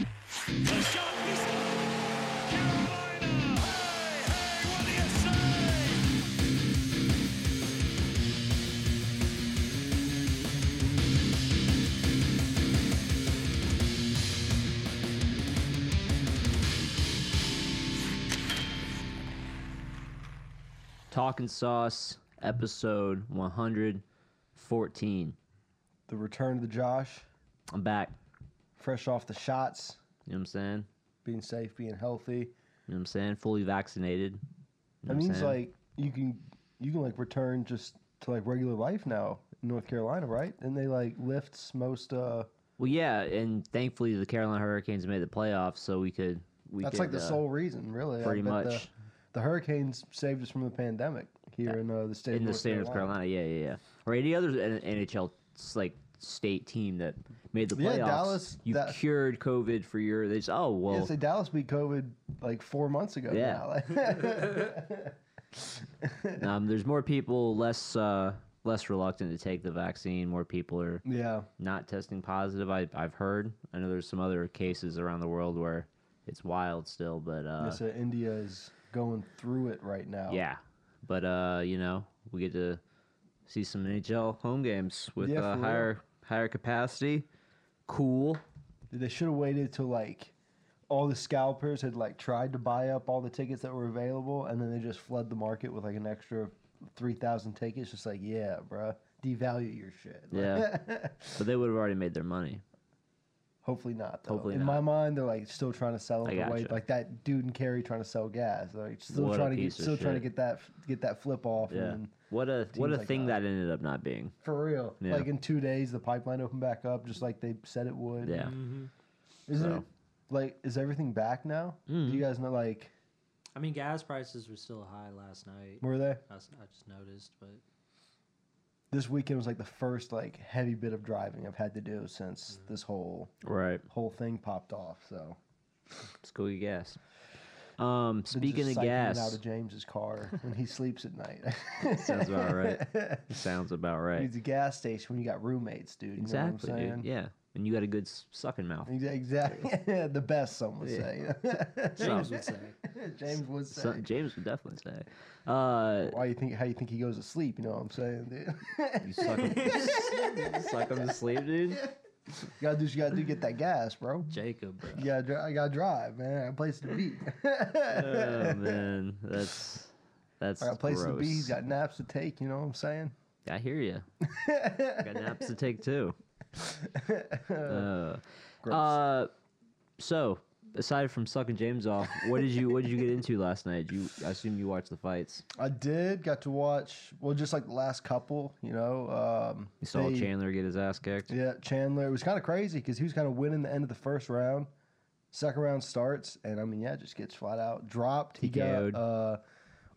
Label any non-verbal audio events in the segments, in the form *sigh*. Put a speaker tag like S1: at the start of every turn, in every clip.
S1: The shot is Carolina. Hey, hey, what do you say?
S2: Talking Sauce, episode 114.
S3: The return of the Josh,
S2: I'm back.
S3: fresh off the shots,
S2: You know what I'm saying?
S3: being safe, being healthy.
S2: You know what I'm saying? Fully vaccinated. You know
S3: That
S2: what I'm
S3: means
S2: saying?
S3: like you can you can like return just to like regular life now in North Carolina, right? And they like lifts most uh
S2: Well, yeah, and thankfully the Carolina Hurricanes made the playoffs, so we could. We
S3: that's
S2: could,
S3: like the
S2: uh,
S3: sole reason, really. I
S2: pretty
S3: bet
S2: much.
S3: The, the hurricanes saved us from the pandemic here in uh, the state
S2: in
S3: of
S2: the
S3: North
S2: state of North Carolina. Yeah, yeah, yeah. Or any other N- NHL like state team that made the
S3: Yeah,
S2: playoffs.
S3: Dallas,
S2: you
S3: that-
S2: cured COVID for your. They just, oh well.
S3: Yeah, say Dallas beat COVID like four months ago.
S2: Yeah.
S3: now. *laughs*
S2: *laughs*
S3: Like,
S2: um, there's more people less uh, less reluctant to take the vaccine. More people are
S3: yeah.
S2: not testing positive. I, I've heard. I know there's some other cases around the world where it's wild still, but uh,
S3: They said India is going through it right now.
S2: yeah. But uh, you know, we get to see some NHL home games with
S3: Yeah,
S2: uh,
S3: for real.
S2: higher higher capacity. Cool.
S3: They should have waited till like all the scalpers had like tried to buy up all the tickets that were available, and then they just flood the market with like an extra three thousand tickets. Just like, yeah, bruh, devalue your shit. Like,
S2: Yeah. but they would have already made their money.
S3: *laughs* hopefully not. Though.
S2: Hopefully
S3: in
S2: not.
S3: my mind, they're like still trying to sell
S2: I
S3: it away.
S2: gotcha.
S3: Like that dude in Kerry trying to sell gas. They're, Like still
S2: What a
S3: trying to get,
S2: piece of
S3: still trying to
S2: shit.
S3: get that get that flip off.
S2: Yeah.
S3: And
S2: What a what a
S3: teams like
S2: thing
S3: that.
S2: that ended up not being.
S3: for real,
S2: Yeah.
S3: like in two days, the pipeline opened back up just like they said it would.
S2: Yeah.
S3: Is
S2: So. Hmm.
S3: it like is everything back now? Do you guys know like
S4: I mean, gas prices were still high last night.
S3: were they?
S4: I, s- I just noticed, but
S3: this weekend was like the first like heavy bit of driving I've had to do since
S2: Mm-hmm.
S3: this whole
S2: Right.
S3: whole thing popped off. So
S2: Let's go get gas. Um,
S3: Been just
S2: speaking of
S3: psyching it out
S2: gas, *laughs*
S3: of James's car when he sleeps at night.
S2: sounds
S3: *laughs*
S2: about right. sounds about right.
S3: Needs a gas station when you got roommates, dude. You
S2: Exactly,
S3: know what I'm saying?
S2: dude. Yeah, and you got a good s- sucking mouth.
S3: Exa- Exactly. *laughs* the best, some would
S2: So,
S4: James would say.
S3: say. *laughs* James would say.
S2: so- James would definitely say, uh,
S3: Why you think? How you think he goes to sleep? You know what I'm saying, dude? *laughs*
S2: "You suck him, suck him to sleep, dude."
S3: gotta do. what You gotta do. Get that gas,
S2: *laughs*
S3: bro.
S4: Jacob, bro.
S3: You gotta. dri- I gotta drive, man. I got a place to be. *laughs*
S2: Oh man, that's that's
S3: I got a place to
S2: gross.
S3: be. He's got naps to take. You know what I'm saying?
S2: I hear
S3: *laughs*
S2: you. got naps to take too. Uh,
S3: Gross.
S2: uh, so aside from sucking James off, what did you what did you get into last night? Did You I assume you watched the fights.
S3: I did. Got to watch. Well, just like the last couple, you know. Um,
S2: You saw
S3: they-
S2: Chandler get his ass kicked.
S3: Yeah, Chandler. It was kind of crazy because he was kind of winning the end of the first round. Second round starts, and I mean, yeah, just gets flat out dropped. He
S2: TKO'd.
S3: got uh,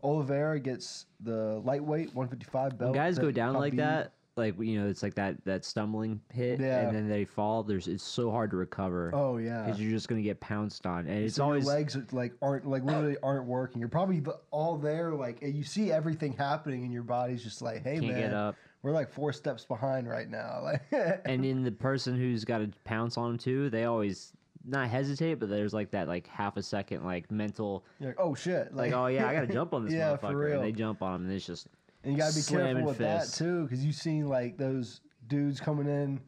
S3: Oliveira gets the lightweight 155
S2: When
S3: belt.
S2: guys
S3: that
S2: go down like
S3: Khabib-
S2: that, like you know, it's like that that stumbling hit,
S3: Yeah.
S2: and then they fall. There's it's so hard to recover.
S3: Oh yeah,
S2: because you're just gonna get pounced on, and it's
S3: So
S2: always
S3: your legs are, like aren't like literally aren't working. You're probably the- all there, like and you see everything happening, and your body's just like, hey
S2: Can't
S3: man,
S2: get up.
S3: we're like four steps behind right now. *laughs* Like
S2: and in the person who's got to pounce on him too, they always not hesitate, but there's like that like half a second like mental
S3: You're like, oh shit!
S2: like oh yeah, I
S3: *laughs*
S2: gotta jump on this
S3: Yeah,
S2: motherfucker.
S3: for real.
S2: And they jump on him, and it's just
S3: and you gotta be
S2: slamming
S3: careful with
S2: fists.
S3: that too, because you've seen like those dudes coming in,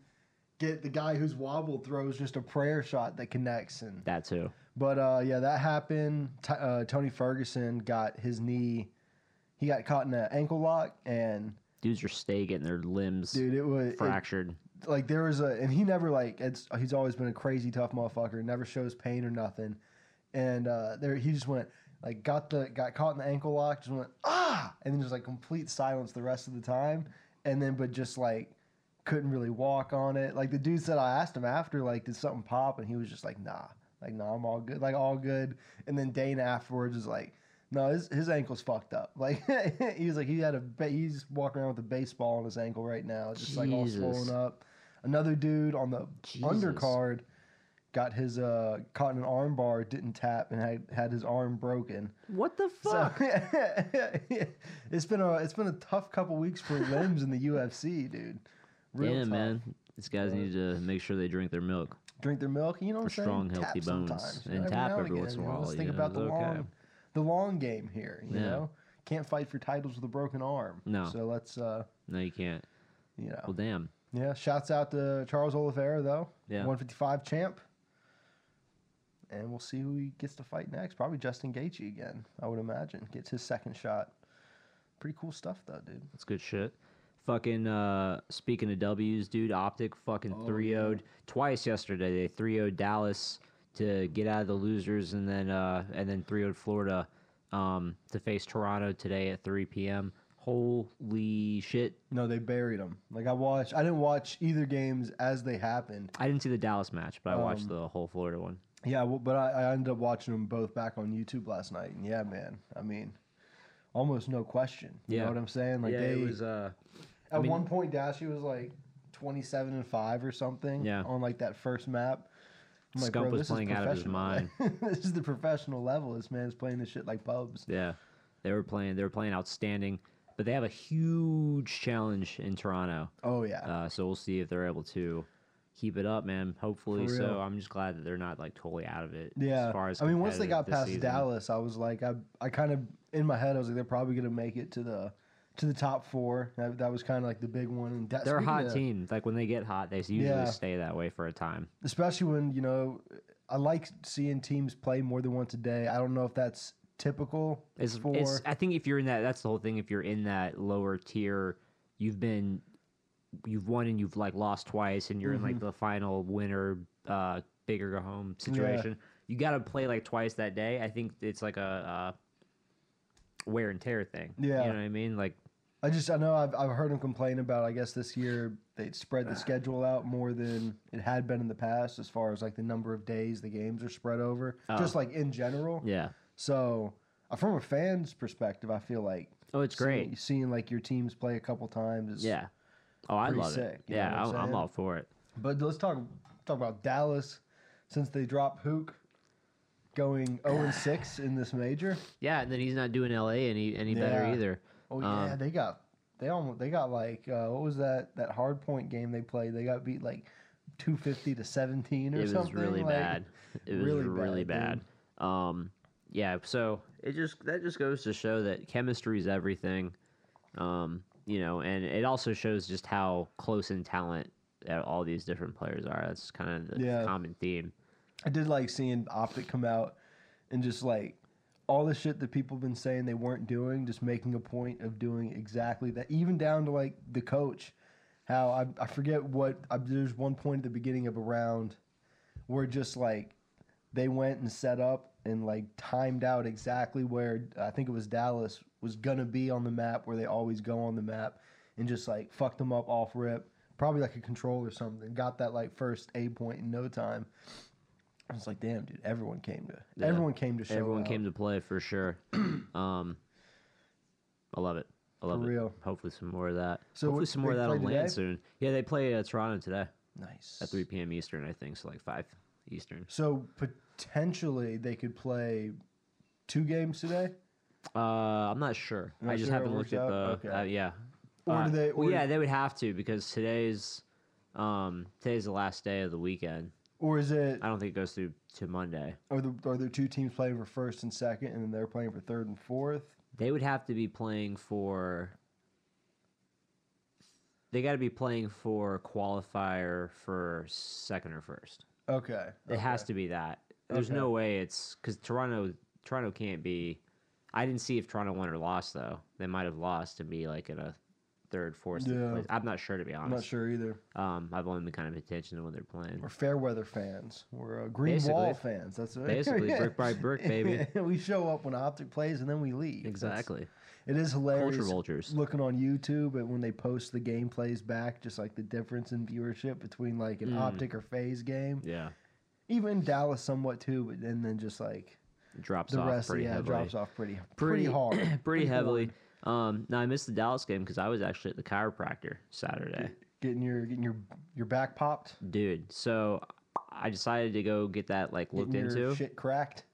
S3: get the guy who's wobbled throws just a prayer shot that connects, and
S2: that too.
S3: but uh, yeah, that happened. T- uh, Tony Ferguson got his knee, he got caught in an ankle lock, and
S2: Dudes are stay getting their limbs
S3: dude, it was it-
S2: fractured.
S3: like there was a, and he never like it's he's always been a crazy tough motherfucker, never shows pain or nothing, and uh, there he just went. Like got the got caught in the ankle lock, just went ah, and then just like complete silence the rest of the time, and then but just like couldn't really walk on it. Like the dude said, I asked him after, like, did something pop? And he was just like, nah, like, nah, I'm all good, like, all good. And then Dane afterwards is like, no, his, his ankle's fucked up. *laughs* Like, he was like, he had a, ba- he's walking around with a baseball on his ankle right now, just like all
S2: Jesus.
S3: swollen up. Another dude on the
S2: Jesus.
S3: undercard got his, uh, caught in an arm bar, didn't tap, and had, had his arm broken.
S2: What the
S3: So, *laughs*
S2: fuck?
S3: it's been a, it's been a tough couple weeks for limbs in the UFC, dude. Real
S2: yeah,
S3: tough.
S2: man. These guys need to make sure they drink their milk.
S3: drink their milk. You know what
S2: For
S3: I'm saying?
S2: strong, healthy
S3: tap
S2: bones.
S3: sometimes, you know,
S2: And
S3: every
S2: tap
S3: now
S2: every once in a
S3: again, you know,
S2: while,
S3: Let's
S2: you
S3: think
S2: know,
S3: about the
S2: it's okay.
S3: long, the long game here. You
S2: Yeah.
S3: know, can't fight for titles with a broken arm.
S2: No.
S3: So let's, uh,
S2: No, you can't.
S3: you know,
S2: Well, damn.
S3: yeah. Shouts out to Charles Oliveira though.
S2: Yeah.
S3: 155 champ. And we'll see who he gets to fight next. Probably Justin Gaethje again. I would imagine gets his second shot. Pretty cool stuff though, dude.
S2: That's good shit. Fucking uh speaking of W's, dude, Optic fucking
S3: Oh,
S2: 3 0 would twice yesterday. They 3 0 Dallas to get out of the losers and then uh and then 3 0 Florida um to face Toronto today at 3 p.m. Holy shit.
S3: No, they buried him. Like I watched, I didn't watch either games as they happened.
S2: I didn't see the Dallas match, but I watched
S3: Um,
S2: the whole Florida one.
S3: Yeah, well, but I, I ended up watching them both back on YouTube last night, and yeah, man, I mean, almost no question. You
S2: Yeah.
S3: know what I'm saying? Like they
S2: uh
S3: at
S2: mean-
S3: one point, Dashi was like 27 and five or something.
S2: Yeah.
S3: on like that first map. I'm like,
S2: Scump
S3: bro,
S2: was
S3: this
S2: playing
S3: is
S2: out of his
S3: professional.
S2: mind.
S3: *laughs* this is the professional level. This man's playing this shit like pubs.
S2: Yeah, they were playing. They were playing outstanding, but they have a huge challenge in Toronto.
S3: Oh yeah,
S2: Uh, so we'll see if they're able to keep it up, man. Hopefully,
S3: For real.
S2: so. I'm just glad that they're not like totally out of it.
S3: yeah.
S2: As far as
S3: I mean, once they
S2: competitive
S3: got
S2: this
S3: past
S2: season.
S3: Dallas, I was like, I I kind of in my head, I was like, they're probably gonna make it to the to the top four. That, that was kind of like the big one. And that,
S2: They're a
S3: speaking
S2: hot
S3: of-
S2: team. Like when they get hot, they usually
S3: Yeah.
S2: stay that way for a time.
S3: especially when you know I like seeing teams play more than once a day. I don't know if that's typical
S2: It's,
S3: for
S2: it's. I think if you're in that, that's the whole thing. If you're in that lower tier, you've been, you've won and you've like lost twice, and you're in
S3: Mm-hmm.
S2: like the final winner, uh, bigger go home situation. You got to play like twice that day. I think it's like a uh, wear and tear thing.
S3: Yeah.
S2: you know what I mean. Like
S3: I just I know I've I've heard them complain about I guess this year they spread the schedule out more than it had been in the past as far as like the number of days the games are spread over.
S2: Oh.
S3: Just like in general.
S2: yeah.
S3: So uh, from a fan's perspective, I feel like
S2: Oh, it's
S3: seeing-
S2: great.
S3: seeing like your teams play a couple times is
S2: Yeah. Oh, I
S3: pretty
S2: love
S3: sick,
S2: it.
S3: you know
S2: Yeah,
S3: what I'm
S2: I'm, I'm
S3: saying?
S2: all for it.
S3: But let's talk talk about Dallas since they dropped Hook going 0 and 6 in this major.
S2: Yeah, and then he's not doing LA any any better
S3: Yeah.
S2: either.
S3: Oh yeah,
S2: Um,
S3: they got they almost they got like uh, what was that that hard point game they played? They got beat like two fifty to seventeen or
S2: it was
S3: something.
S2: really
S3: like-
S2: bad. It was
S3: really
S2: really,
S3: bad,
S2: bad. Um, yeah. So it just that just goes to show that chemistry is everything. Um, you know, and it also shows just how close in talent that all these different players are. That's kind of the
S3: Yeah.
S2: common theme.
S3: I did like seeing Optic come out and just like all the shit that people have been saying they weren't doing, just making a point of doing exactly that, even down to like the coach. How I, I forget what I, there's one point at the beginning of a round where just like they went and set up and like timed out exactly where I think it was Dallas was gonna be on the map where they always go on the map and just like fucked them up off rip, probably like a control or something. Got that like first A point in no time. I was like, damn, dude, everyone came to
S2: Yeah.
S3: everyone came to show
S2: Everyone
S3: out.
S2: came to play for
S3: *clears throat*
S2: sure. um, I love it. I love it.
S3: real.
S2: Hopefully, some more of that.
S3: So
S2: Hopefully,
S3: what-
S2: some more of
S3: they
S2: that will
S3: play
S2: land
S3: today?
S2: soon. Yeah, they play uh, Toronto today
S3: nice
S2: at 3 p.m. Eastern, I think. So like 5 Eastern.
S3: So potentially they could play two games today,
S2: Uh, I'm not sure.
S3: You're not
S2: I just
S3: sure how it
S2: haven't
S3: works
S2: looked at the.
S3: out? Okay.
S2: Uh, yeah.
S3: Or
S2: Uh,
S3: do they-
S2: well,
S3: or-
S2: yeah, they would have to because today's um today's the last day of the weekend.
S3: or is it?
S2: I don't think it goes through to Monday.
S3: Are the are there two teams playing for first and second, and then they're playing for third and fourth?
S2: They would have to be playing for. They got to be playing for qualifier for second or first.
S3: Okay,
S2: It has to be that. There's no way it's because Toronto. Toronto can't be. I didn't see if Toronto won or lost though. They might have lost and be like in a third, fourth.
S3: Yeah.
S2: Place. I'm not sure to be
S3: I'm not
S2: honest.
S3: sure either.
S2: Um, I've only been kind of paying attention to when they're playing.
S3: We're fair weather fans. We're uh, green
S2: Basically.
S3: wall fans. That's what *laughs*
S2: Basically, brick by brick, baby.
S3: we show up when Optic plays, and then we leave. That's-
S2: Exactly.
S3: it is hilarious.
S2: vultures.
S3: Looking on YouTube, and when they post the gameplays back, just like the difference in viewership between like
S2: Mm.
S3: an Optic or Phase game,
S2: Yeah.
S3: even Dallas somewhat too, but then then just like
S2: It drops
S3: the
S2: off
S3: rest,
S2: pretty
S3: yeah,
S2: heavily.
S3: drops off pretty pretty, hard,
S2: pretty, *clears throat*
S3: hard.
S2: heavily. Um, now I missed the Dallas game because I was actually at the chiropractor Saturday,
S3: Getting your getting your your back popped,
S2: dude. So I decided to go get that like looked
S3: getting your
S2: into. *laughs*
S3: shit cracked.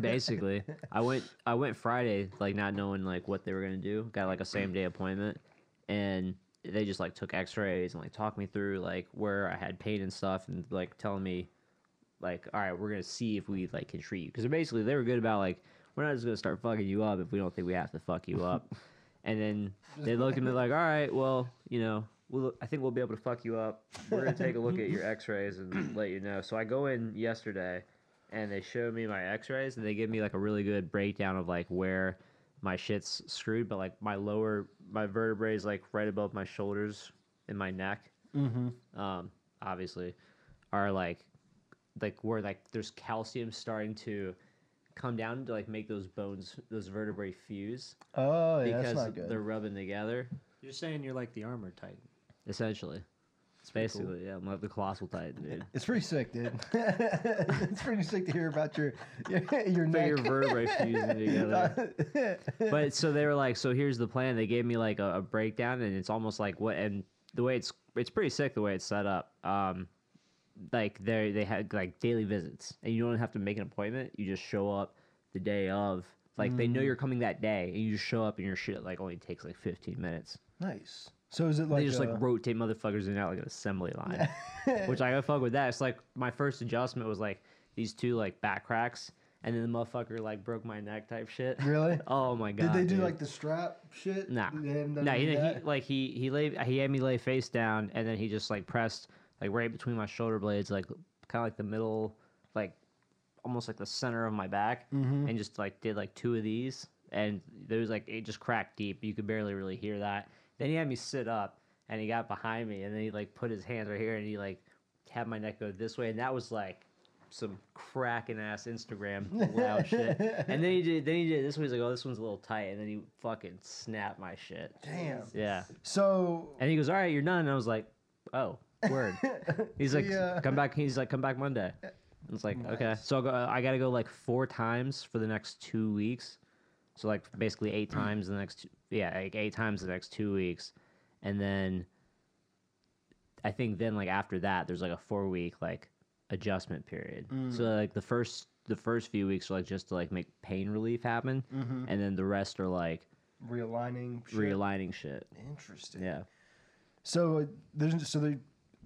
S2: Basically, I went I went Friday like not knowing like what they were gonna do. Got like a same day appointment, and they just like took X-rays and like talked me through like where I had pain and stuff, and like telling me like, all right, we're gonna see if we like can treat you because basically they were good about like we're not just gonna start fucking you up if we don't think we have to fuck you up, and then they looked at me like, all right, well, you know, we'll, I think we'll be able to fuck you up. We're gonna take a look at your X-rays and let you know. So I go in yesterday, and they show me my X-rays and they give me like a really good breakdown of like where my shit's screwed, but like my lower my vertebrae is like right above my shoulders and my neck
S3: Mm-hmm.
S2: um, obviously, are like like where like there's calcium starting to come down to like make those bones those vertebrae fuse
S3: *laughs* Oh, yeah, that's
S2: because
S3: not good.
S2: they're rubbing together.
S4: You're saying you're like the armored titan.
S2: Essentially, it's
S4: cool.
S2: basically yeah, I'm like the colossal titan,
S3: *laughs*
S2: dude.
S3: It's pretty sick, dude. it's pretty sick to hear about your *laughs* your, your
S2: But
S3: neck.
S2: your vertebrae
S3: *laughs*
S2: fusing together. But so they were like, so here's the plan. They gave me like a, a breakdown, and it's almost like what and the way it's it's pretty sick the way it's set up. Um, like they they had like daily visits, and you don't have to make an appointment. You just show up the day of. Like they know
S3: Mm.
S2: you're coming that day, and you just show up, and your shit like only takes like 15 minutes.
S3: nice. So is it like
S2: they just
S3: uh,
S2: like rotate motherfuckers in and out like an assembly line, which I gotta fuck with that. It's like my first adjustment was like these two like back cracks, and then the motherfucker like broke my neck type shit.
S3: *laughs* Really?
S2: oh my
S3: Did
S2: god!
S3: they do
S2: dude.
S3: like the strap shit?
S2: Nah,
S3: They hadn't done
S2: nah. He,
S3: any of
S2: didn't-
S3: that?
S2: he like he he lay he had me lay face down, and then he just like pressed like right between my shoulder blades, like kind of like the middle, like almost like the center of my back, and just like did like two of these, and there was like it just cracked deep. You could barely really hear that. Then he had me sit up, and he got behind me, and then he like put his hands right here, and he like had my neck go this way, and that was like some cracking ass Instagram
S3: *laughs*
S2: loud shit. And then he did then he did it this one. He's like, oh, this one's a little tight. And then he fucking snapped my shit.
S3: Damn.
S2: Yeah.
S3: So
S2: And he goes, all right, you're done. And I was like, oh, word. He's like,
S3: *laughs* Yeah. Uh,
S2: come back. He's like, come back Monday. And It's like, okay. So I'll go, uh, I got to go like four times for the next two weeks. So like basically
S3: Hmm.
S2: eight times the next, two, yeah, like eight times the next two weeks. And then I think then like after that, there's like a four week like adjustment period.
S3: Hmm.
S2: So like the first, the first few weeks are like just to like make pain relief happen. And then the rest are like
S3: realigning. Mm-hmm. Shit.
S2: realigning shit.
S3: Interesting.
S2: Yeah.
S3: So uh, there's so there,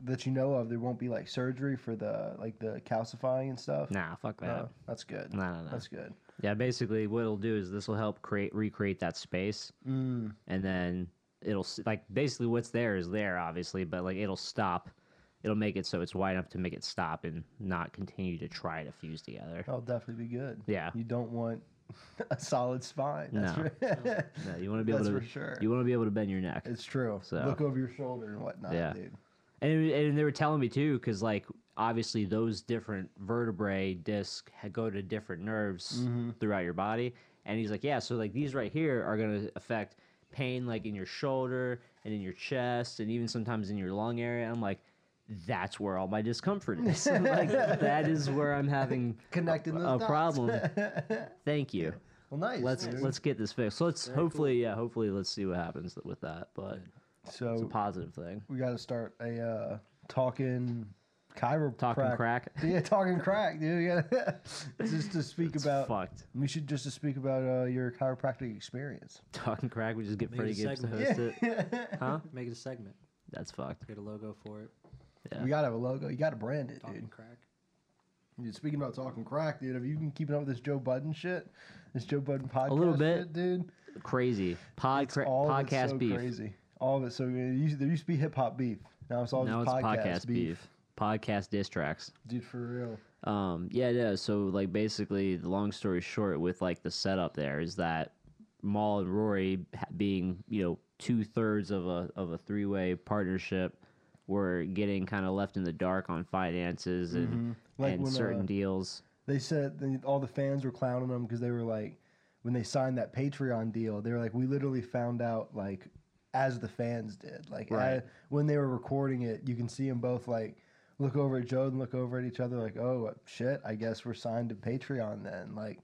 S3: that you know of there won't be like surgery for the like the calcifying and stuff.
S2: Nah, fuck that.
S3: Oh, that's good.
S2: No, no, no.
S3: That's good.
S2: Yeah, basically, what it'll do is this will help create recreate that space,
S3: Mm.
S2: and then it'll s- like basically what's there is there, obviously, but like it'll stop. It'll make it so it's wide enough to make it stop and not continue to try to fuse together.
S3: That'll definitely be good.
S2: Yeah.
S3: You don't want *laughs* a solid spine. That's
S2: No.
S3: right.
S2: No, you want to be able
S3: That's
S2: to
S3: for sure.
S2: you want to be able to bend your neck.
S3: *laughs* it's true.
S2: So-
S3: Look over your shoulder and whatnot,
S2: Yeah.
S3: dude.
S2: And, and they were telling me too, because like obviously those different vertebrae discs ha- go to different nerves
S3: Mm-hmm.
S2: throughout your body. And he's like, yeah, so like these right here are gonna affect pain like in your shoulder and in your chest and even sometimes in your lung area. And I'm like, that's where all my discomfort is. *laughs* I'm like that is where I'm having
S3: Connecting
S2: a,
S3: those
S2: a
S3: dots. *laughs*
S2: problem. Thank you.
S3: Well, nice.
S2: Let's
S3: dude.
S2: let's get this fixed. So let's hopefully yeah, hopefully let's see what happens with that. But it's a
S3: so
S2: positive thing.
S3: we got to start a uh, talking chiropractor.
S2: Talking crack.
S3: *laughs* Yeah, talking crack, dude. *laughs* Yeah. just to speak
S2: It's
S3: about.
S2: fucked. *laughs*
S3: We should just to speak about uh, your chiropractic experience.
S2: Talking crack, we just get
S4: Make it
S2: pretty
S4: a
S2: good to
S3: *laughs*
S4: segment.
S2: host it. Huh?
S4: Make it a segment.
S2: That's fucked.
S4: Get a logo for it.
S2: Yeah.
S3: We gotta have a logo. You gotta brand it,
S4: Talking
S3: dude.
S4: crack.
S3: Dude, Speaking about talking crack, dude. Have you been keeping up with this Joe Budden shit? This Joe Budden podcast,
S2: little bit.
S3: shit, dude.
S2: Crazy. Pod cra-
S3: All of it's
S2: podcast
S3: so
S2: beef.
S3: crazy. All of it. So it used, there used to be hip hop beef. Now it's all
S2: Now it's
S3: just podcast, beef.
S2: Podcast diss tracks.
S3: dude. For real.
S2: Um, yeah, yeah. So like basically, the long story short, with like the setup there is that Maul and Rory ha- being you know two thirds of a of a three way partnership were getting kind of left in the dark on finances and
S3: Like
S2: and
S3: when,
S2: certain
S3: uh,
S2: deals.
S3: They said they, all the fans were clowning them because they were like, when they signed that Patreon deal, they were like, we literally found out like as the fans did, like
S2: Right.
S3: a- when they were recording it, you can see them both like look over at Joe and look over at each other, like, oh shit, I guess we're signed to Patreon then, like.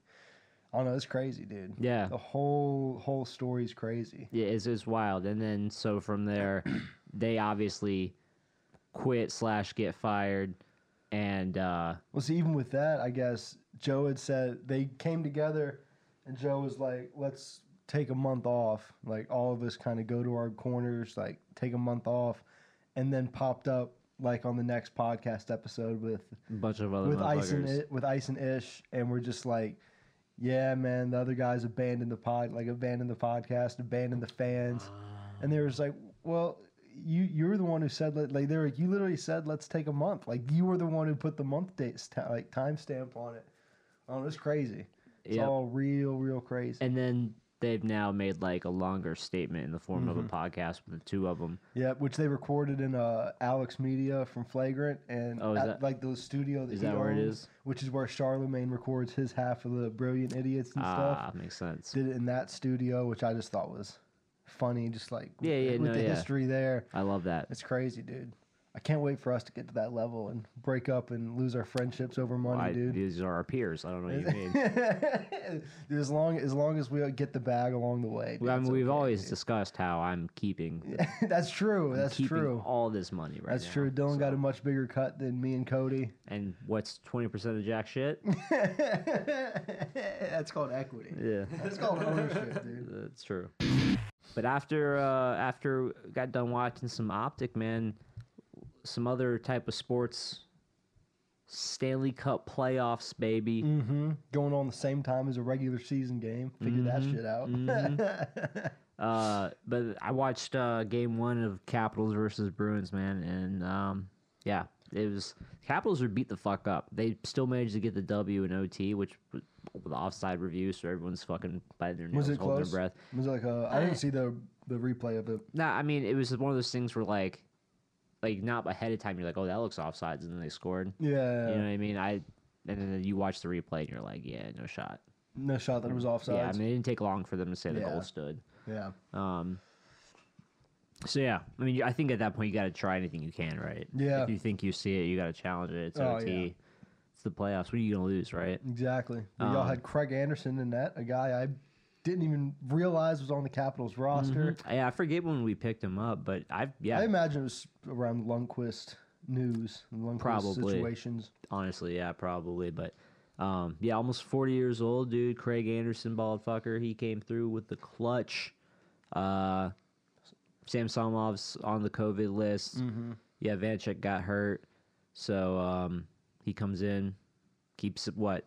S3: I don't know. It's crazy, dude.
S2: Yeah.
S3: the whole whole story's crazy.
S2: Yeah, it's, it's wild. And then so from there, they obviously quit slash get fired, and uh,
S3: Well, see, even with that, I guess Joe had said they came together, and Joe was like, "Let's take a month off, like all of us kind of go to our corners, like take a month off, and then popped up like on the next podcast episode with
S2: A bunch of other
S3: with ice and
S2: motherfuckers.
S3: it, with ice and ish, and we're just like, yeah, man, the other guys abandoned the pod, like abandoned the podcast, abandoned the fans, and they was like, well, you you're the one who said let- like they were like, you literally said let's take a month, like you were the one who put the month dates ta- like timestamp on it. Oh, it's crazy. It's
S2: Yep.
S3: all real, real crazy.
S2: And then they've now made like a longer statement in the form of a
S3: Mm-hmm.
S2: podcast with the two of them.
S3: Yeah, which they recorded in uh, Alex Media from Flagrant and
S2: Oh, is
S3: at,
S2: that-
S3: like the studio that
S2: is
S3: he
S2: that where it
S3: owns,
S2: is?
S3: which is where Charlemagne records his half of the Brilliant Idiots and
S2: Ah,
S3: stuff.
S2: makes sense.
S3: Did it in that studio, which I just thought was funny, just like
S2: Yeah, yeah,
S3: with
S2: no,
S3: the
S2: yeah.
S3: history there.
S2: I love that.
S3: It's crazy, dude. I can't wait for us to get to that level and break up and lose our friendships over money,
S2: I,
S3: dude.
S2: these are our peers. I don't know what you mean.
S3: *laughs* Dude, as long as long as we get the bag along the way. dude,
S2: Well, I
S3: it's
S2: mean, we've
S3: okay,
S2: always
S3: dude.
S2: discussed how I'm keeping.
S3: *laughs* that's true.
S2: I'm
S3: *laughs* That's
S2: keeping
S3: true.
S2: All this money right
S3: That's
S2: now,
S3: true. Dylan got
S2: so-
S3: a much bigger cut than me and Cody. *laughs*
S2: And what's twenty percent of jack shit?
S3: That's called equity.
S2: yeah,
S3: That's called ownership, dude.
S2: that's true. But after uh, after we got done watching some optic man, some other type of sports, Stanley Cup playoffs, baby.
S3: Mm-hmm. Going on the same time as a regular season game. Figure that
S2: Mm-hmm.
S3: shit out.
S2: Uh, but I watched uh, game one of Capitals versus Bruins, man, and um, yeah, it was Capitals were beat the fuck up. They still managed to get the W in OT, which was the offside review, so everyone's fucking biting their nails,
S3: Was it
S2: holding
S3: close?
S2: their breath.
S3: was like a, I didn't see the the replay of it.
S2: Nah, I mean, it was one of those things where like, like not ahead of time, you're like, oh, that looks offsides, and then they scored.
S3: Yeah.
S2: You know what I mean? I and then you watch the replay and you're like, yeah, no shot.
S3: No shot that it was offsides.
S2: Yeah, I mean, it didn't take long for them to say the
S3: Yeah.
S2: goal stood.
S3: yeah.
S2: Um. So yeah, I mean, you- I think at that point you got to try anything you can, right?
S3: Yeah.
S2: If you think you see it, you got to challenge it. It's
S3: Oh,
S2: OT.
S3: yeah.
S2: It's the playoffs. What are you gonna lose, right?
S3: Exactly. But y'all
S2: Um,
S3: had Craig Anderson in that, a guy I didn't even realize was on the Capitals roster.
S2: Yeah, I forget when we picked him up, but I've Mm-hmm. yeah,
S3: I imagine it was around Lundqvist news, Lundqvist
S2: Probably.
S3: situations.
S2: honestly, yeah, probably, but. Um, yeah, almost 40 years old, dude. Craig Anderson, bald fucker. He came through with the clutch. Uh, Sam Somov's on the COVID list.
S3: Mm-hmm.
S2: Yeah, Vanchek got hurt. So um, he comes in, keeps it, what?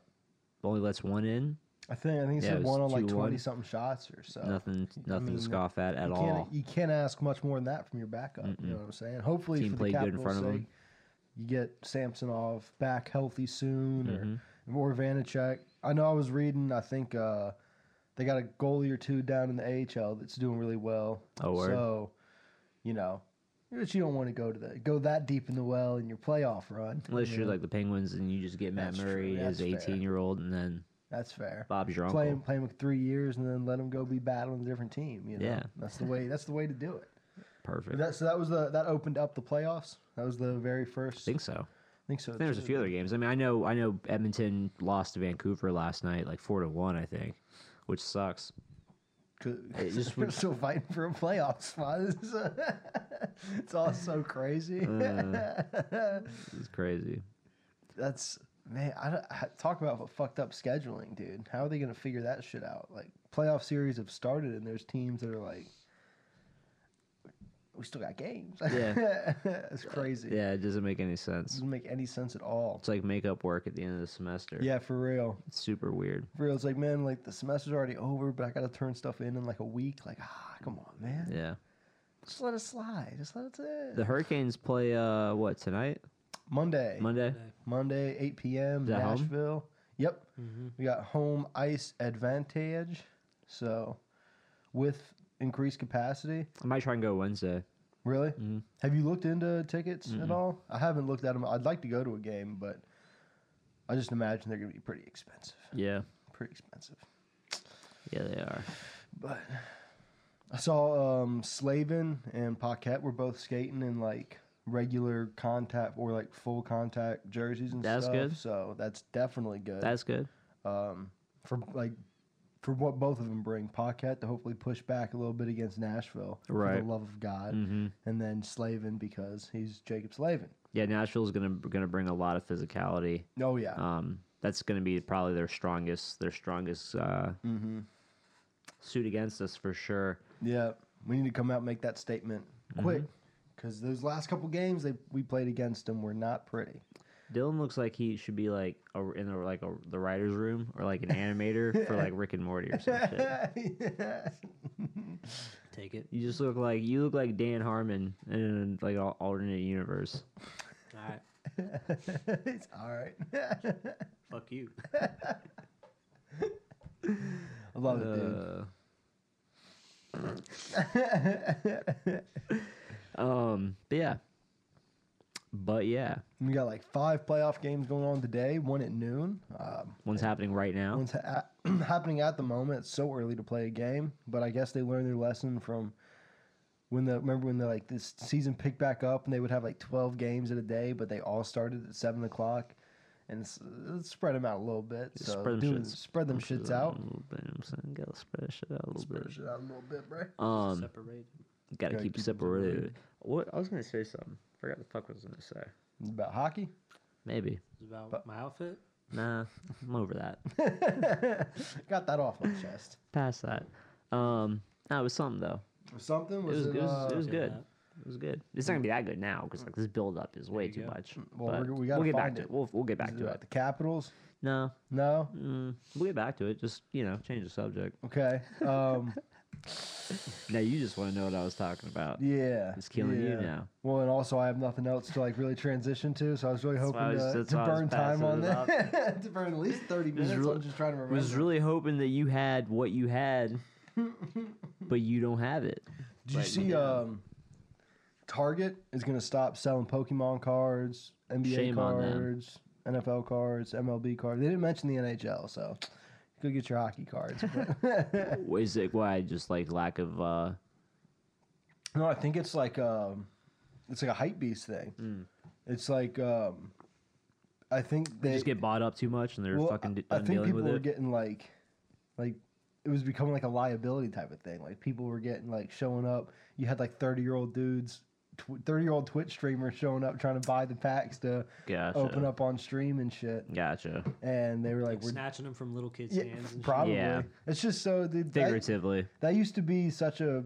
S2: Only lets one in.
S3: I think I think he
S2: Yeah, it
S3: said
S2: was
S3: one on like
S2: 2-1.
S3: twenty something shots or so.
S2: nothing nothing
S3: Uh, mean,
S2: to scoff at at
S3: you
S2: all.
S3: Can't, you can't ask much more than that from your backup. You know what I'm saying? Hopefully,
S2: Team
S3: for the
S2: played good in
S3: Capitals'
S2: front of 'em.
S3: sake, you get Samsonov back healthy soon,
S2: Mm-hmm.
S3: or or Vanacek. I know I was reading. I think uh, they got a goalie or two down in the AHL that's doing really well.
S2: Oh, word.
S3: so you know, but you don't want to go to the go that deep in the well in your playoff run.
S2: Unless
S3: you
S2: you're
S3: know?
S2: like the Penguins and you just get Matt
S3: That's true,
S2: Murray
S3: that's
S2: his
S3: fair.
S2: 18 year old and then
S3: that's fair.
S2: Bob's your uncle.
S3: Play him, play him with three years, and then let him go be battling a different team. You know,
S2: Yeah.
S3: that's the way. That's the way to do it.
S2: Perfect.
S3: But That, so that was the that opened up the playoffs. That was the very first.
S2: I think so.
S3: I think so.
S2: I think there's a
S3: too.
S2: few other games. I mean, I know I know Edmonton lost to Vancouver last night, like four to one, I think, which sucks.
S3: Good.
S2: *laughs* It
S3: *laughs*
S2: just
S3: We're
S2: would-
S3: still fighting for a playoff spot. *laughs* This is, uh, it's all so crazy.
S2: Uh. It's crazy.
S3: *laughs* That's man. I don't, I- talk about fucked up scheduling, dude. How are they going to figure that shit out? Like playoff series have started, and there's teams that are like, we still got games.
S2: Yeah.
S3: *laughs* it's crazy.
S2: Yeah, it doesn't make any
S3: It
S2: sense.
S3: doesn't make any sense at all.
S2: It's like makeup work at the end of the semester.
S3: Yeah, for real.
S2: it's super weird.
S3: For real, it's like, man, like the semester's already over, but I got to turn stuff in in like a week. Like, ah, come on, man.
S2: Yeah,
S3: Just let it slide. Just let it sit.
S2: the Hurricanes play uh what tonight?
S3: Monday.
S2: Monday.
S3: Monday, 8 p.m.
S2: Is that home? Mm-hmm.
S3: Nashville. Yep. We got home ice advantage. So, with increased capacity.
S2: I might try and go Wednesday.
S3: Really?
S2: Mm-hmm.
S3: Have you looked into tickets at all? I haven't looked at them. I'd like to go to a game, but I just imagine they're going to be pretty expensive.
S2: Yeah,
S3: Pretty expensive.
S2: yeah, they are.
S3: But I saw um, Slavin and Paquette were both skating in like regular contact or like full contact jerseys and
S2: That's
S3: stuff.
S2: good.
S3: So that's definitely good.
S2: That's good.
S3: um, for like for what both of them bring. Paquette to hopefully push back a little bit against Nashville for
S2: Right.
S3: the love of God,
S2: Mhm.
S3: and then Slavin because he's Jacob Slavin.
S2: Yeah, Nashville's gonna gonna bring a lot of physicality.
S3: Oh
S2: Ah.
S3: yeah,
S2: Um, that's gonna be probably their strongest their strongest uh, suit against us for sure.
S3: Yeah, we need to come out and make that statement
S2: Mm-hmm.
S3: quick, because those last couple games they we played against them were not pretty.
S2: Dylan looks like he should be like a, in a, like a, the writers' room or like an
S3: *laughs*
S2: animator for like Rick and Morty or some shit.
S4: Take it.
S2: You just look like you look like Dan Harmon in like an alternate universe.
S4: All right.
S3: it's all right.
S4: Fuck you.
S3: I love
S2: Uh,
S3: it, dude.
S2: um, but yeah, but yeah,
S3: *laughs* we got like five playoff games going on today. One at noon. Um,
S2: one's happening right now.
S3: one's ha- *clears throat* happening at the moment. It's so early to play a game, but I guess they learned their lesson from when the remember when the like this season picked back up and they would have like twelve games in a day, but they all started at seven o'clock, and s- uh, spread them out a little bit.
S2: Just
S3: So
S2: spread them
S3: doing-
S2: shits.
S3: spread them shits out.
S2: A little bit, you know what I'm saying? Gotta spread that shit out a little
S3: Spread
S2: bit.
S3: shit out a little bit, bro.
S2: Um,
S4: Separate.
S2: gotta,
S3: gotta
S2: keep,
S3: keep
S2: it
S3: it
S2: separated. What I was gonna say something. Forgot the fuck what I was gonna say.
S3: About hockey.
S2: Maybe.
S4: It's about
S3: but-
S4: my outfit.
S2: Nah, I'm over
S3: *laughs*
S2: that.
S3: Got that off my chest.
S2: Past that. Um, no, it was something though.
S3: Something
S2: It was,
S3: was, uh,
S2: it was, it was
S4: yeah.
S2: good. It was good. It's not gonna be that good now because like this build up is way
S4: you
S2: too
S4: go.
S2: much.
S3: Well,
S2: but
S3: we're- we
S2: we'll
S3: gotta
S2: get back
S3: find
S2: to
S3: it.
S2: it. We'll we'll get
S3: Is
S2: back
S3: it
S2: to
S3: about
S2: it.
S3: the Capitals.
S2: No,
S3: No.
S2: mm, we'll get back to it. Just you know, change the subject.
S3: Okay.
S2: *laughs*
S3: Um,
S2: Now you just want to know what I was talking about.
S3: yeah.
S2: It's killing you
S3: yeah.
S2: now.
S3: Well, and also I have nothing else to like really transition to, so I was really
S2: That's
S3: hoping
S2: why I was-
S3: to,
S2: that's
S3: to
S2: why I was
S3: burn time
S2: passing
S3: on
S2: it
S3: that, *laughs* to burn at least thirty
S2: Was
S3: minutes.
S2: really-
S3: I'm just trying to remember.
S2: Was really hoping that you had what you
S3: *laughs*
S2: had, but you don't have it.
S3: Did you
S2: Right,
S3: see?
S2: yeah.
S3: Um, Target is going to stop selling Pokemon cards, NBA
S2: Shame on them.
S3: cards, NFL cards, MLB cards. They didn't mention the NHL, so go get your hockey cards.
S2: *laughs*
S3: but- *laughs*
S2: Is it why just like lack of? uh
S3: no, I think it's like um, it's like a hype beast thing.
S2: Hmm.
S3: It's like um, I think
S2: They
S3: they
S2: just get bought up too much, and they're
S3: Well,
S2: fucking d-
S3: I I
S2: done
S3: think
S2: dealing
S3: people
S2: with
S3: were
S2: it.
S3: getting like, like it was becoming like a liability type of thing. Like people were getting like showing up. You had like thirty year old dudes, thirty year old Twitch streamers showing up trying to buy the packs to
S2: gotcha.
S3: open up on stream and shit.
S2: Gotcha.
S3: And they were like, "We're
S4: Snatching them from little kids'
S3: yeah,
S4: hands. And
S3: probably."
S2: Yeah.
S3: It's just so dude, that,
S2: Figuratively.
S3: that used to be such a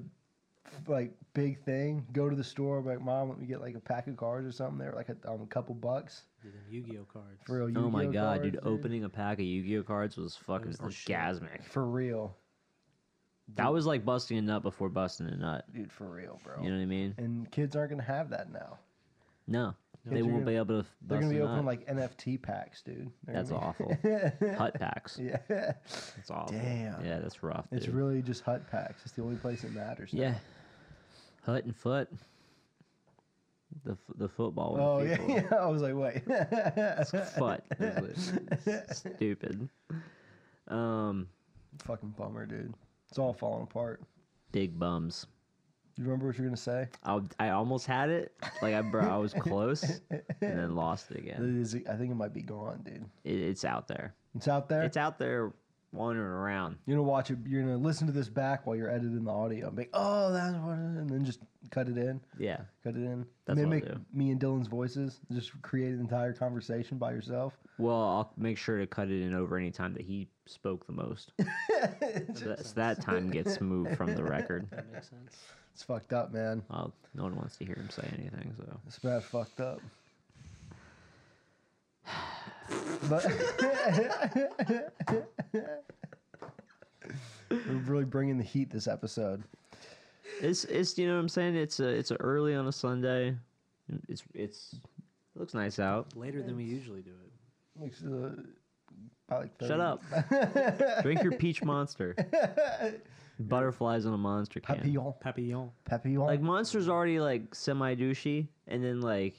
S3: like big thing. Go to the store, be like mom, let me get like a pack of cards or something. They were like a, um, a couple bucks
S4: Shit. Them Yu-Gi-Oh cards.
S3: for real.
S2: Oh my
S3: Yu-Gi-Oh
S2: god, dude,
S3: cards,
S2: Opening a pack of Yu-Gi-Oh cards was fucking
S4: was the shit.
S2: orgasmic.
S3: for real,
S2: That was like busting a nut before busting a nut.
S3: dude, for real, bro.
S2: You know what I mean?
S3: and kids aren't gonna have that now.
S2: No, they
S3: you're
S2: won't be able to. f-
S3: They're
S2: bust
S3: gonna
S2: a
S3: be
S2: nut.
S3: opening like NFT packs, dude. They're *laughs*
S2: That's
S3: gonna
S2: awful.
S3: be-
S2: hut packs.
S3: *laughs* yeah,
S2: That's awful.
S3: Damn.
S2: Yeah, that's rough.
S3: it's
S2: dude.
S3: really just hut packs. It's the only place it matters. now.
S2: Yeah. Hut and foot. The f- the football. and
S3: Oh
S2: the
S3: yeah,
S2: people.
S3: *laughs* yeah. I was like, wait.
S2: *laughs* It's foot. is it.
S3: *laughs*
S2: Stupid. Um,
S3: Fucking bummer, dude. It's all falling apart.
S2: big bums.
S3: You remember what you're gonna say?
S2: I I almost had it. Like I bro, I was close, and then lost it
S3: It *laughs*
S2: again.
S3: is, I think it might be gone, dude.
S2: It, it's out there.
S3: It's out there.
S2: It's out there wandering around.
S3: you're gonna watch it. You're gonna listen to this back while you're editing the audio. And be like, oh, that's what, and then just cut it in.
S2: Yeah.
S3: Cut it in.
S2: That's what I'll
S3: Mimic
S2: do.
S3: me and Dylan's voices. Just create an entire conversation by yourself.
S2: Well, I'll make sure to cut it in over any time that he spoke the most. so that, so that time gets moved from the record.
S4: That makes sense.
S3: It's fucked up, man.
S2: Well, no one wants to hear him say anything, so.
S3: It's bad fucked up. but *laughs* we're really bringing the heat this episode.
S2: It's it's you know what I'm saying. It's a it's a early on a Sunday. It's it's it looks nice out.
S4: Later than we usually do it.
S3: Makes, uh, about like 30
S2: Shut up.
S3: *laughs*
S2: Drink your peach monster. Butterflies on a monster can.
S3: Papillon.
S4: Papillon.
S3: Papillon.
S2: Like monster's already like semi douchey, and then like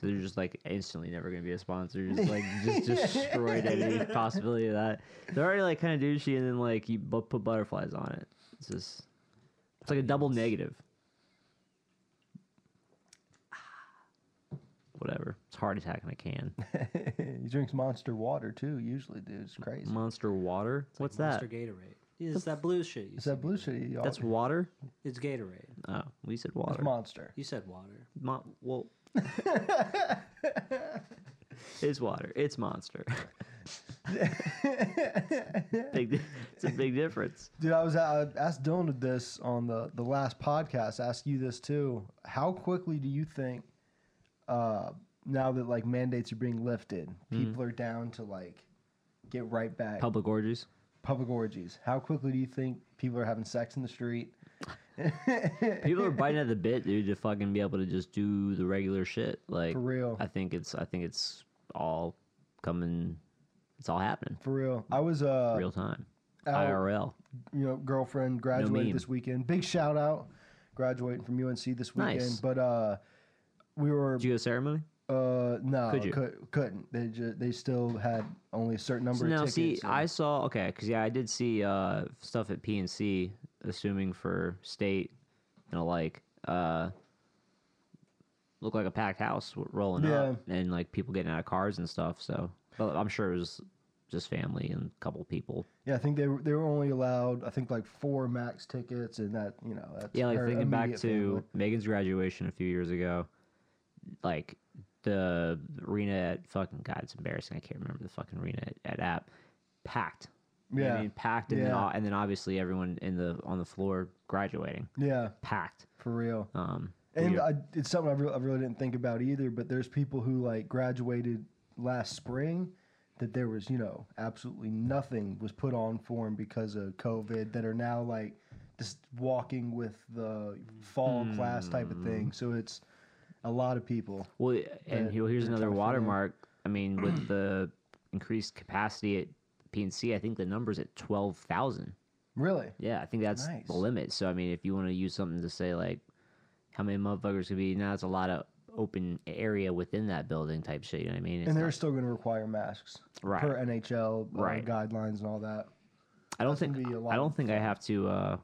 S2: so they're just like instantly never gonna be a sponsor. Just like just destroyed any possibility of that. They're already like kind of douchey, and then like you bu- put butterflies on it. It's just it's like a double negative. *sighs* Whatever. It's heart attack in a can.
S3: *laughs* he drinks monster water too, usually, dude. It's crazy.
S2: Monster water? What's that?
S4: Monster Gatorade. Yeah, It's that blue shit. You
S3: It's
S4: said
S3: that blue shit. Y'all.
S2: That's water?
S4: It's Gatorade.
S2: Oh, we said
S3: It's
S2: water.
S3: monster. *laughs*
S4: You said water.
S2: Mo- well, *laughs* it's water. It's monster. *laughs* Big, it's a big difference.
S3: Dude, I was I asked Dylan this on the the last podcast. Ask you this too. How quickly do you think uh, now that like mandates are being lifted,
S2: Mm-hmm.
S3: people are down to like get right
S2: *laughs*
S3: back
S2: Public orgies.
S3: public orgies? How quickly do you think people are having sex in the street?
S2: People are biting at the bit, dude, to fucking be able to just do the regular shit. Like
S3: For real.
S2: I think it's I think it's all coming. It's all happening
S3: For real, I was uh
S2: real time.
S3: Al-
S2: IRL.
S3: you know girlfriend graduated
S2: meme.
S3: this weekend. Big shout out graduating from UNC this weekend.
S2: Nice.
S3: But uh, we were
S2: Did you go to ceremony?
S3: Uh, no,
S2: Could you?
S3: Could, couldn't. They ju- they still had only a certain number
S2: So
S3: of
S2: now,
S3: tickets.
S2: see,
S3: and-
S2: I saw okay, because yeah, I did see uh, stuff at PNC, assuming for state and alike. Uh, looked like a packed house w- rolling up, and like people getting out of cars and stuff. So, but I'm sure it was just family and a couple people.
S3: yeah, I think they were, they were only allowed. I think like four max tickets, and that you know that's
S2: Yeah, like
S3: her
S2: thinking back
S3: immediate
S2: to
S3: family.
S2: Megan's graduation a few years ago, like the arena at fucking God, it's embarrassing. I can't remember the fucking arena at, at App, packed. You know what
S3: Yeah.
S2: I mean packed, and then
S3: Yeah.
S2: then and then obviously everyone in the on the floor graduating,
S3: yeah
S2: packed.
S3: for real.
S2: Um,
S3: And
S2: weird.
S3: I, it's something I really, I really didn't think about either. But there's people who like graduated last spring that there was you know absolutely nothing was put on for them because of COVID that are now like just walking with the fall class type of
S2: Hmm.
S3: thing. So it's a lot of people.
S2: well, and
S3: that
S2: here- here's
S3: they're trying to
S2: another
S3: fill in.
S2: watermark. I mean, with the increased capacity at PNC, I think the number's at twelve thousand.
S3: Really?
S2: Yeah, I think that's
S3: Nice.
S2: the limit. So I mean, if you want to use something to say like how many motherfuckers could be now, it's a lot of open area within that building type shit. You know what I mean? It's
S3: and they're
S2: not-
S3: still going to require masks
S2: Right.
S3: per NHL uh,
S2: Right.
S3: guidelines and all that.
S2: I don't think
S3: gonna be a lot
S2: I don't
S3: of
S2: think I have to uh,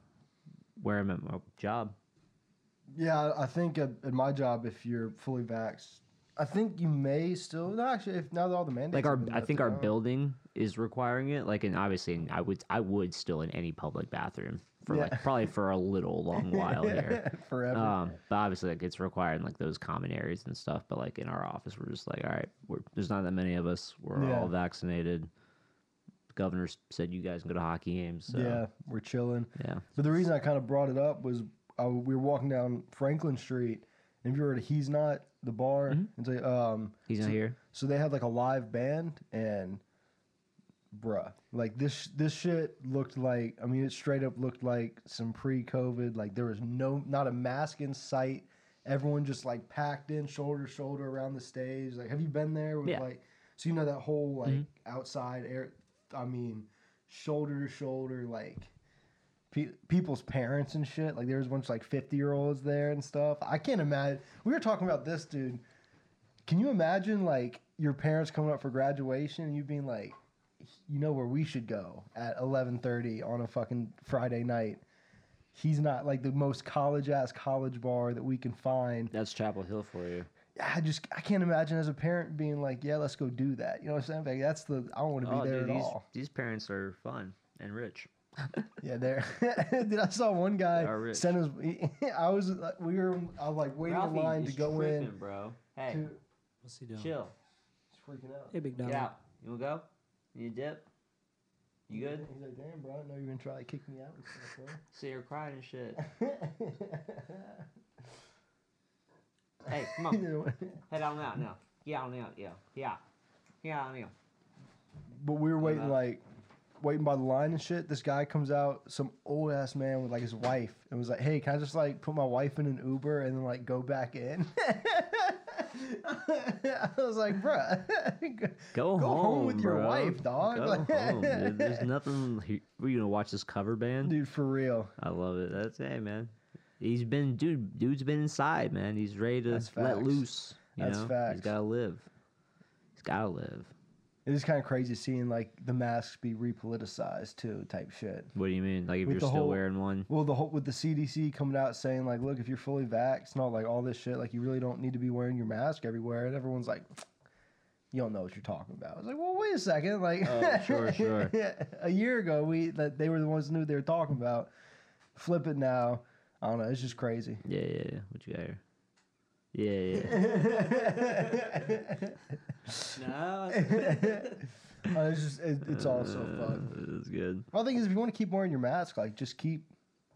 S2: wear them at my job.
S3: Yeah, I- I think at, at my job, if you're fully vaxxed, I think you may still no, actually if now that all the mandates
S2: Like
S3: have
S2: our,
S3: been
S2: I
S3: lifted,
S2: think our
S3: don't-
S2: building is requiring it. Like, and obviously, and I would I would still in any public bathroom for
S3: Yeah.
S2: like probably for a
S3: *laughs*
S2: little long while here.
S3: forever.
S2: Um, but obviously, like it's required in like those common areas and stuff. But like in our office, we're just like, all right, we're, there's not that many of us. We're
S3: Yeah.
S2: all vaccinated. The governor s- said you guys can go to hockey games. So,
S3: yeah, we're chilling.
S2: yeah.
S3: But the reason I kind of brought it up was I, we were walking down Franklin Street, and if you were at He's Not the bar,
S2: Mm-hmm.
S3: it's like um,
S2: He's not here.
S3: So they had like a live band and bruh, like this this shit looked like I mean it straight up looked like some pre-COVID like there was no not a mask in sight. Everyone just like packed in shoulder to shoulder around the stage. Like have you been there with
S2: Yeah.
S3: like so you know that whole like outside air I mean shoulder to shoulder like pe- people's parents and shit. Like there was a bunch of like 50 year olds there and stuff. I can't imagine. We were talking about this, dude. Can you imagine like your parents coming up for graduation and you being like, you know where we should go at 11:30 on a fucking Friday night? He's not like the most college ass college bar that we can find.
S2: That's Chapel Hill for you.
S3: I just I can't imagine as a parent being like, yeah, let's go do that. You know what I'm saying? Like, that's the I don't want to be
S2: Oh,
S3: there
S2: dude,
S3: at
S2: these,
S3: all.
S2: these parents are fun and rich.
S3: Yeah, there. *laughs* Dude, I saw one guy
S2: They are rich.
S3: send us. *laughs* I was, like, we were, I was like waiting in line to go in.
S2: bro. Hey,
S3: To,
S4: What's he doing?
S2: chill.
S3: he's freaking out.
S4: Hey, big dog.
S2: Get out. You wanna go? Need a dip? You good?
S3: He's like, damn, bro, I didn't know you were gonna try to kick me out. and
S2: See, you're crying and
S3: *laughs*
S2: shit.
S3: stuff, bro."
S2: Hey, come
S3: Either way.
S2: Head on out now. Yeah, on out. Yeah, yeah, yeah, on out.
S3: but we were waiting
S2: not?
S3: like, waiting by the line and shit. This guy comes out, some old ass man with like his wife, and was like, hey, can I just like put my wife in an Uber and then like go back in? *laughs* I was like, bruh. *laughs*
S2: Go,
S3: Go home with your
S2: bro.
S3: wife, dog.
S2: Go
S3: *laughs* Like-
S2: home, dude. There's nothing. he- We're gonna watch this cover band.
S3: Dude, for real.
S2: I love it. That's hey, man. He's been dude. Dude's been inside, man. He's ready to
S3: That's
S2: let
S3: facts.
S2: loose. You
S3: That's
S2: know?
S3: facts.
S2: He's gotta live. He's gotta live.
S3: It is kind of crazy seeing like the masks be repoliticized too, type shit.
S2: What do you mean? Like if
S3: With
S2: you're
S3: the
S2: still
S3: whole-
S2: wearing one?
S3: Well, the whole with the CDC coming out saying like, look, if you're fully vaxxed, not like all this shit, like you really don't need to be wearing your mask everywhere, and everyone's like, you don't know what you're talking about. I was like, well, wait a second, like,
S2: Oh,
S3: *laughs*
S2: sure, sure.
S3: a year ago, we that they were the ones who knew what they were talking about. Flip it now. I don't know. It's just crazy. *laughs*
S2: Yeah, yeah, yeah. What you got here?
S3: Uh,
S2: Yeah, yeah.
S4: *laughs* No,
S3: I
S4: I-
S3: Uh, it's just it, it's *laughs* all so fucked.
S2: It's Uh, good.
S3: My thing is, if you want to keep wearing your mask, like just keep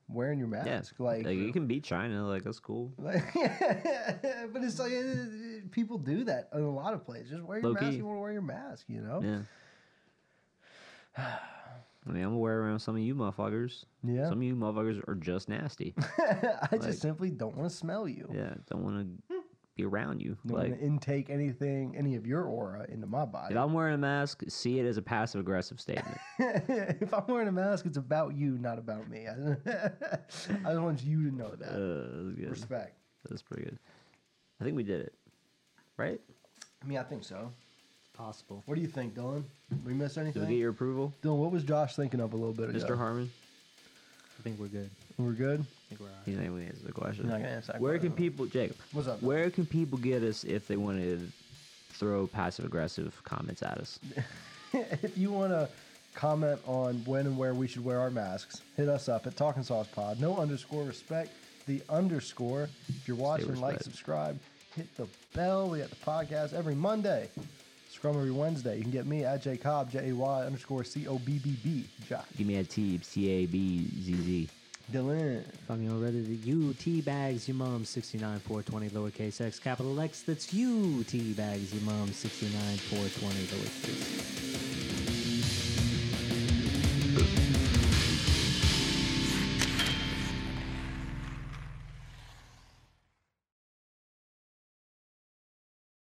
S3: wearing your
S2: Yeah,
S3: mask.
S2: like, you can beat China. Like that's cool.
S3: Like, *laughs* but it's like uh, people do that in a lot of places. Just wear your
S2: Low
S3: mask.
S2: key.
S3: You want to wear your mask, you know? *sighs*
S2: Yeah. I mean, I'm aware around some of you motherfuckers.
S3: Yeah.
S2: Some of you motherfuckers are just nasty.
S3: *laughs* I
S2: Like-
S3: just simply don't want to smell you.
S2: yeah, don't want
S3: Hmm.
S2: to be around you.
S3: Don't
S2: like
S3: want to intake anything, any of your aura into my body.
S2: if I'm wearing a mask, see it as a passive aggressive statement.
S3: *laughs* if I'm wearing a mask, it's about you, not about me. *laughs* I just want you to know
S2: uh,
S3: that.
S2: that's good.
S3: Respect.
S2: That's pretty good. I think we did it, right?
S3: I mean, I think so.
S4: Possible.
S3: What do you think, Dylan? We miss
S2: Did
S3: anything?
S2: we get your approval,
S3: Dylan, what was Josh thinking of a little bit ago?
S2: Mr. Harmon?
S4: I think we're good.
S3: We're good.
S4: I think we're all
S2: He's
S4: right.
S2: not even gonna answer the question.
S3: You're not gonna answer that
S2: where
S3: question.
S2: can people, Jacob?
S3: What's up?
S2: Where can people get us if they want to throw passive aggressive comments at
S3: *laughs*
S2: us?
S3: if you want to comment on when and where we should wear our masks, hit us up at Talking Sauce Pod. No underscore respect, the underscore. If you're watching, like,
S2: respect.
S3: subscribe, hit the bell. We got the podcast every Monday. Scrum every Wednesday. You can get me at J Cobb, J A Y underscore C O B B B. Josh.
S2: Give me a T C A B Z Z.
S3: Dylan.
S4: Find me on Reddit at you T bags your mom 69 420 lowercase x capital X. That's you T bags your mom 69 420 lowercase.